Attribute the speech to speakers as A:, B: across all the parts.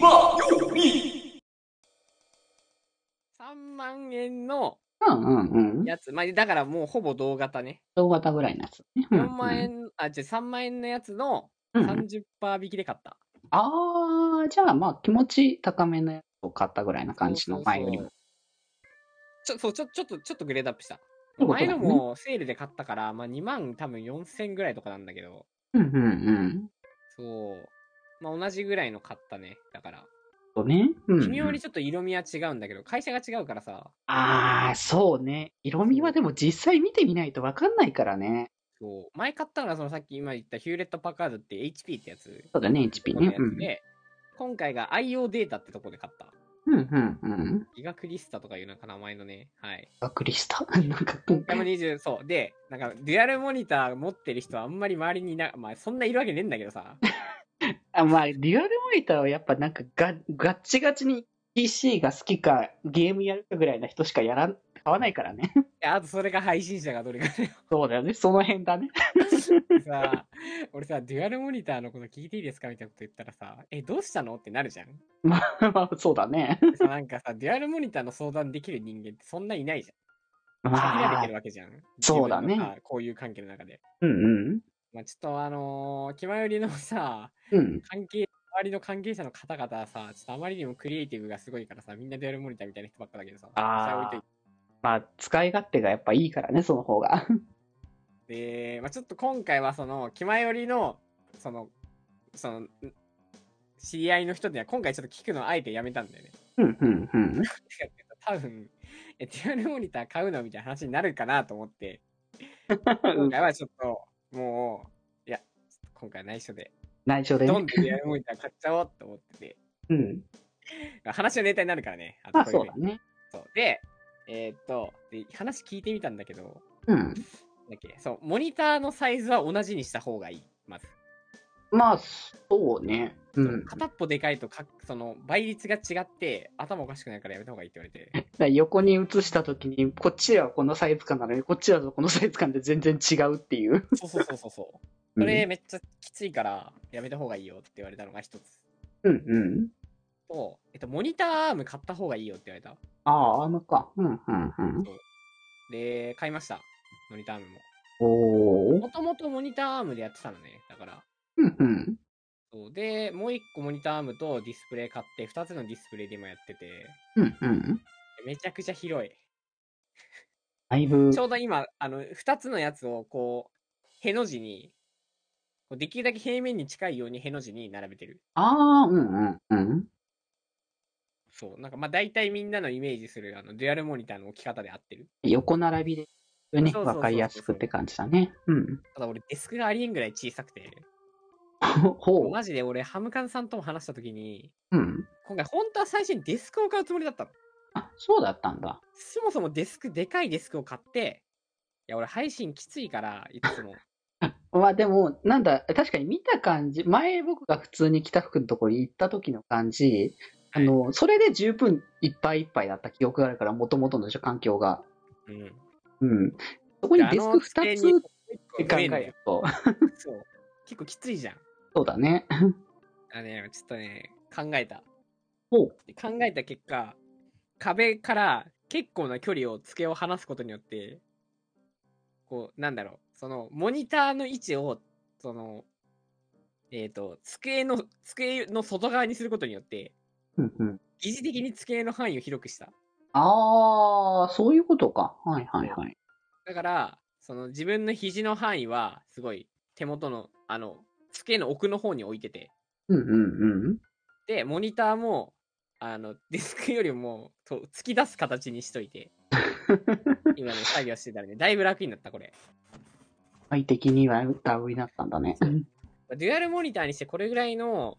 A: まより
B: 3万円の
C: うんうんうん。
B: やつ、まあ、だからもうほぼ同型ね。
C: 大型ぐらいのやつね。うんうん
B: 4万円、あ、じゃ3万円のやつの
C: うんうん
B: 30%引きで買った。
C: ああ、じゃあまあ気持ち高めのやつを買ったぐらいな感じの前よりも。
B: そうそうそうちょ、そう、ちょ、ちょっと、ちょっとグレードアップした。
C: そういうこと
B: 前
C: だね
B: のもセールで買ったから、まあ2万多分4000ぐらいとかなんだけど、
C: うんうんうん。
B: そう。まあ同じぐらいの買ったね。だから。
C: そうね。うん、う
B: 微妙
C: ん
B: に。ちょっと色味は違うんだけど、会社が違うからさ、
C: ああ、そうね。色味はでも実際見てみないとわかんないからね。
B: そう前買ったのがそのさっき今言ったヒューレット・パカードって HP ってやつ。
C: そうだね、HP
B: このや
C: ね。
B: つ
C: うん。
B: で、今回が IO データってとこで買った。
C: うんうんうん。
B: ギガクリスタとかいうなんか名前のね。はい。
C: あ、クリスタ なんか、うん
B: でも20、そう。で、なんかデュアルモニター持ってる人はあんまり周りにいな、まあそんないるわけねえんだけどさ。
C: あ、まあ、デュアルモニターはやっぱなんかガガッチガチに PC が好きかゲームやるかぐらいな人しかやらん、買わないからね。
B: であとそれが配信者がどれかだよ。
C: そうだよね、その辺だね。
B: さ、俺さ、デュアルモニターのこと聞いていいですかみたいなこと言ったらさ、え、どうしたのってなるじゃ ん。
C: まあ、まあ、そうだね。
B: でさなんかさ、デュアルモニターの相談できる人間ってそんないないじゃん。限られ
C: ま
B: て
C: あ
B: る、わけじゃん。
C: そうだね
B: 自分のさ。こういう関係の中で。
C: うんうん。
B: まあ、ちょっとあのー、気前よりのさ、
C: うん。
B: 関係、周りの関係者の方々はさ、ちょっとあまりにもクリエイティブがすごいからさ、みんなデュアルモニターみたいな人ばっかだけどさ、それは
C: あ
B: 置い
C: あ。まあ、使い勝手がやっぱいいからね、その方が。
B: といてで、まあ、ちょっと今回はその、気前よりの、その、その、ん知り合いの人には今回ちょっと聞くのをあえてやめたんだよね。
C: うんうんうん。
B: なんか多分、えデュアルモニター買うのみたいな話になるかなと思って、今回はちょっと、もう、いや、今回は内緒で、
C: 内緒で
B: ど
C: ね
B: ん。どんデュアルモニター買っちゃおうと思って
C: うん。
B: て、話のネタになるからね。
C: ま
B: と
C: あ、
B: こ
C: そう
B: い
C: だね。
B: そう。で、えーっとで、話聞いてみたんだけど、
C: うん。
B: なんだっけ、そう、モニターのサイズは同じにした方がいい。まず、
C: まあ、そうね。うん。だか
B: 片っぽでかいとか、その、倍率が違って、頭おかしくなるからやめた方がいいって言わ れて、
C: ら横に移したときに、こっちはこのサイズ感なのに、こっちはこのサイズ感で全然違うっていう。
B: そうそうそうそうそう。それめっちゃきついから、やめた方がいいよって言われたのが一つ。
C: うんうん。
B: と、えっと、モニターアーム買った方がいいよって言われた。
C: ああ、あのか。うん、うん、うん。
B: で、買いました。モニターアームも。
C: おー。
B: もともとモニターアームでやってたのね。だから。
C: うん、うん。
B: そうで、もう一個モニターアームとディスプレイ買って、二つのディスプレイで今やってて、
C: うん、うん。
B: めちゃくちゃ広い。
C: だいぶ
B: ち、ょうど今、あの、二つのやつをこう、への字に、こうできるだけ平面に近いようにへの字に並べてる。
C: ああ、うん、うん、うん。
B: そう。なんかまあ大体みんなのイメージする、あの、デュアルモニターの置き方で合ってる。
C: 横並びで、ね、
B: そうそうそうそう
C: わかりやすくって感じだね。うん。
B: ただ俺デスクがありえんぐらい小さくて、
C: ほう。
B: マジで俺ハムカンさんとも話した時に、
C: うん。
B: 今回本当は最初にデスクを買うつもりだったの。
C: あ、そうだったんだ。
B: そもそもデスク、でかいデスクを買って、いや俺配信きついから、いつも。
C: まあでも、なんだ、確かに見た感じ、前僕が普通に北福のところに行った時の感じ、あの、それで十分いっぱいいっぱいだった記憶があるから、もともとの環境が。
B: うん。
C: うん。そこに
B: であ
C: デスク
B: の
C: 2
B: 机
C: つ
B: に
C: っ
B: こう
C: て
B: 一
C: 考
B: 個埋
C: え
B: めんだよ
C: ると、
B: そう。結構きついじゃん。
C: そうだね。
B: あね、ちょっとね、考えた。
C: ほう。
B: で考えた結果、壁から結構な距離を机を離すことによって、こう、なんだろう、その、モニターの位置を、その、えっ、と、机の、机の外側にすることによって、
C: うん、うん。
B: 疑似的に机の範囲を広くした。
C: ああ、そういうことか。はいはいはい。
B: だから、その自分の肘の範囲は、すごい手元の、あの、机の奥の方に置いてて、
C: うんうんうん。
B: で、モニターも、あの、デスクよりも、と突き出す形にしとい て、今ね、作業してたらね、だいぶ楽になった、これ。
C: 快適には歌うになったんだね。
B: デュアルモニターにしてこれぐらいの、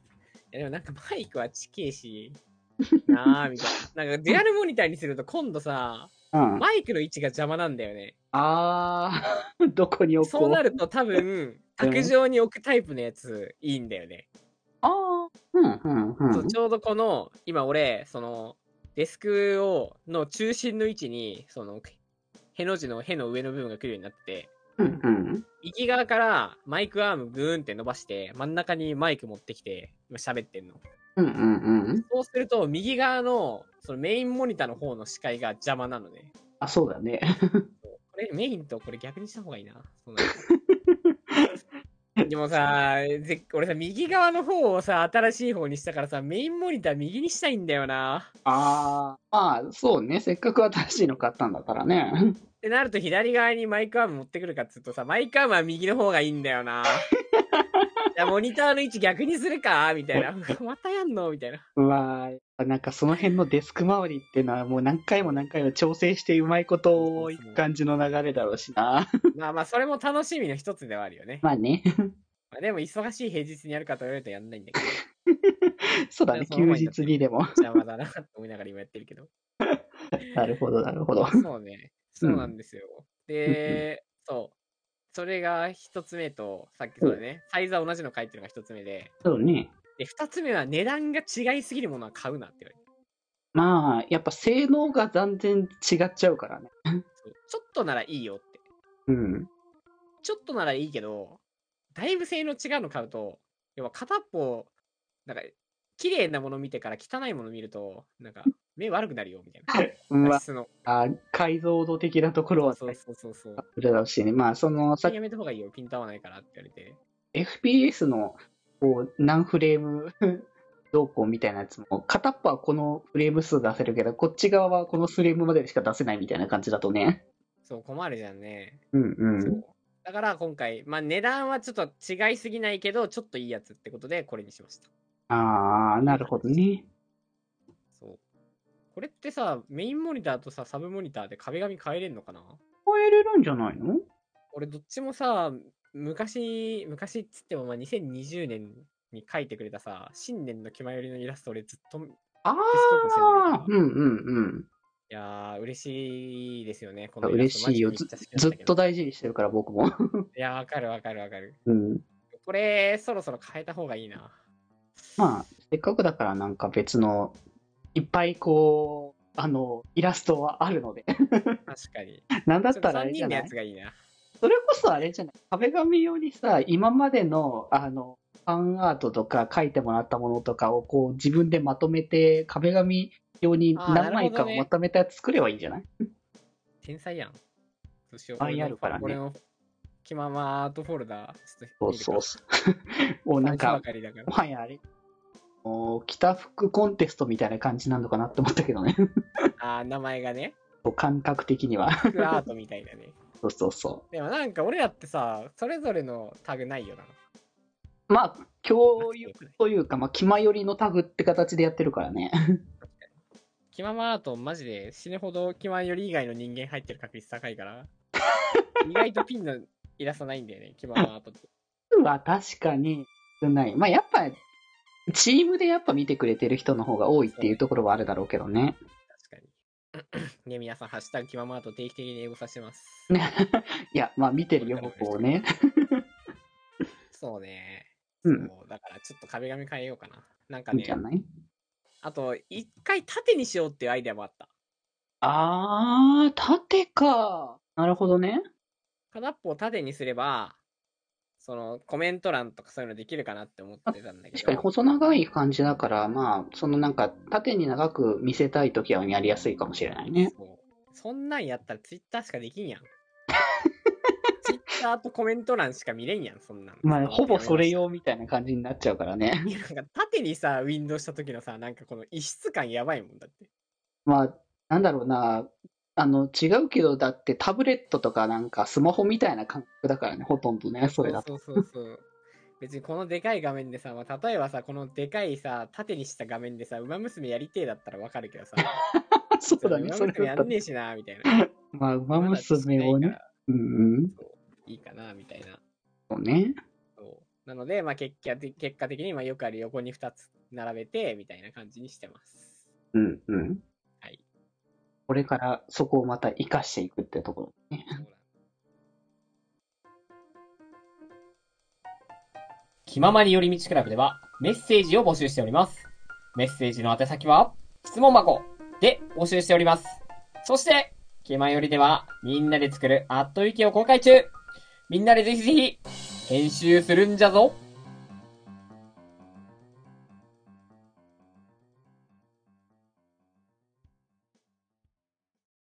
B: いやでもなんかマイクはちけえし、なあみたいな。なんかデュアルモニターにすると今度さ、
C: うん。
B: マイクの位置が邪魔なんだよね。
C: あー、 どこに置こう。
B: そうなると多分、卓上に置くタイプのやついいんだよね。
C: あー、うんうんうん。
B: そうちょうどこの今俺そのデスクをの中心の位置にそのへの字のへの上の部分が来るようになって
C: うんうん。
B: 右側からマイクアームグーンって伸ばして真ん中にマイク持ってきて今喋ってんの
C: うんうんうん。
B: そうすると、右側のそのメインモニターの方の視界が邪魔なので、
C: あ、そうだね。
B: これメインとこれ逆にした方がいいな。そうなんだ でもさ、ぜ俺さ、右側の方をさ、新しい方にしたからさ、メインモニター右にしたいんだよな。
C: ああ、まあ、そうね。せっかく新しいの買ったんだから ね。
B: ってなると左側にマイクアーム持ってくるかっつうとさ、マイクアームは右の方がいいんだよ な。いや、モニターの位置逆にするかみたいな。 またやんのみたいな。
C: まあ、なんかその辺のデスク周りっていうのはもう何回も何回も調整してうまいことをいく感じの流れだろうしな。
B: まあまあ、それも楽しみの一つではあるよね。
C: まあね。
B: まあ、でも、忙しい平日にやるかと言われるとやんないんだけど、
C: そうだね。休日にでも。
B: 邪魔だなと思いながら今やってるけど。
C: なるほど、なるほど。
B: そうね。そうなんですよ。で、そう。それが一つ目と、さっきそうだね。サイズは同じの書いてるのが一つ目で。
C: そうね。
B: で、二つ目は値段が違いすぎるものは買うなって言われて
C: まあ、やっぱ性能が断然違っちゃうからね。
B: そうちょっとならいいよって。
C: うん。
B: ちょっとならいいけど、だいぶ性能違うの買うと、要は片っぽ、なんか、綺麗なもの見てから汚いもの見ると、なんか、目悪くなるよみたいな。
C: ま
B: 画
C: あ
B: 質の。
C: あ、解像度的なところは
B: そうそうそうそう。
C: あるだろうしね。まあ、その、さっき
B: やめた方がいいよ、ピント合わないからって言われて。
C: FPS のこう何フレーム 動向みたいなやつも片っぽはこのフレーム数出せるけどこっち側はこのフレームまでしか出せないみたいな感じだとね
B: そう、困るじゃんね。
C: うんう
B: そ
C: ん
B: うだから今回、まあ値段はちょっと違いすぎないけど、ちょっといいやつってことで、これにしました。
C: ああなるほどね
B: そう。これってさ、メインモニターとさ、サブモニターで壁紙変えれんのかな
C: 超えれるんじゃないの
B: 俺どっちもさ、昔、昔っつっても、まあ2020年に描いてくれたさ、新年の気前よりのイラスト俺ずっと、い
C: ああうんうん
B: やー、嬉しいですよね。こ
C: う
B: の
C: ん
B: イラ
C: 嬉
B: ス
C: しいよ
B: マジ
C: ず
B: でめっちゃ好きな
C: ず
B: んだけ
C: っ
B: ど
C: と大事にしてるから僕も
B: いやー、わかるわかるわかる。
C: うん
B: これ、そろそろ変えた方がいいな。
C: まあせっかくだからなんか別のいっぱいこうあのイラストはある ので
B: 確かに。
C: なんだっ
B: ちょっと
C: たらあ
B: 3
C: れじ
B: 人
C: ゃ
B: の
C: ない
B: やつがいいな。
C: それこそあれじゃない壁紙用にさ、今までの、あの、ファンアートとか書いてもらったものとかをこう自分でまとめて壁紙用に
B: あーなるほどね
C: 何枚かをまとめたやつ作ればいいんじゃない
B: 天才やん。どうしよう。
C: あやるからね
B: 俺の気ままアートフォルダ、ちょっと
C: そう
B: 見るか。
C: そうそう。もうなん
B: あい
C: か
B: つば、かりだから
C: もはやあれ、もう北服コンテストみたいな感じなのかなって思ったけどね。
B: あー名前がね、
C: 感覚的には。
B: フクアートみたいなね。
C: そうそうそ
B: でもなんか俺らってさ、それぞれのタグないよな。
C: う。まあ、共有というか、まあ、気まよりのタグって形でやってるからね。
B: 気ままアート、マジで死ぬほど気まより以外の人間入ってる確率高いから。 意外とピンのイラストないんだよね、気ままアートって。
C: は確かに少ない。まあやっぱ、チームでやっぱ見てくれてる人の方が多いっていうところはあるだろうけどね。
B: 確かに。ね、皆さん、ハッシュタグ気ままアート定期的に英語させてます。
C: いや、まあ見てるよ、僕をね。
B: そうね。
C: うん
B: そうだからちょっと壁紙変えようかな。なんか
C: いいん
B: ね
C: じ、ゃない
B: あと、一回縦にしようっていうアイデアもあった。
C: あー、縦か。なるほどね。
B: 片っぽを縦にすれば、そのコメント欄とかそういうのできるかなって思ってたんだけ
C: 確かに
B: ど、
C: 細長い感じだから、まあ、そのなんか、縦に長く見せたいときはやりやすいかもしれないね。
B: そうそんなんやったらツイッターしかできん やん。ツイッターとコメント欄しか見れんやん、そんなの。
C: まあ、ほぼそれ用みたいな感じになっちゃうからね。
B: いや。なんか縦にさ、ウィンドウした時のさ、なんかこの異質感やばいもんだって。
C: まあ、なんだろうな。あの、違うけど、だってタブレットとかなんかスマホみたいな感覚だからね、ほとんどね、それだと。
B: そうそうそうそう。別にこのでかい画面でさ、まあ、例えばさ、このでかいさ、縦にした画面でさ、ウマ娘やりてえだったらわかるけどさ、
C: そうだね、
B: ウ
C: そ
B: マ娘
C: れだ
B: や
C: った
B: ん
C: ら。
B: ねえしな、みたいな。
C: まあ、馬娘を
B: ま
C: ね
B: だ。
C: うんうん。
B: いいかな、みたいな。
C: そうね。
B: そうなので、まあ、結果的結果的にまあよくある横に2つ並べてみたいな感じにしてます。
C: うんうん。
B: はい。
C: これからそこをまた生かしていくってところね。
B: 気ままに寄り道クラブではメッセージを募集しております。メッセージの宛先は質問箱で募集しております。そして、気まよりではみんなで作るあっという間を公開中みんなでぜひぜひ編集するんじゃぞ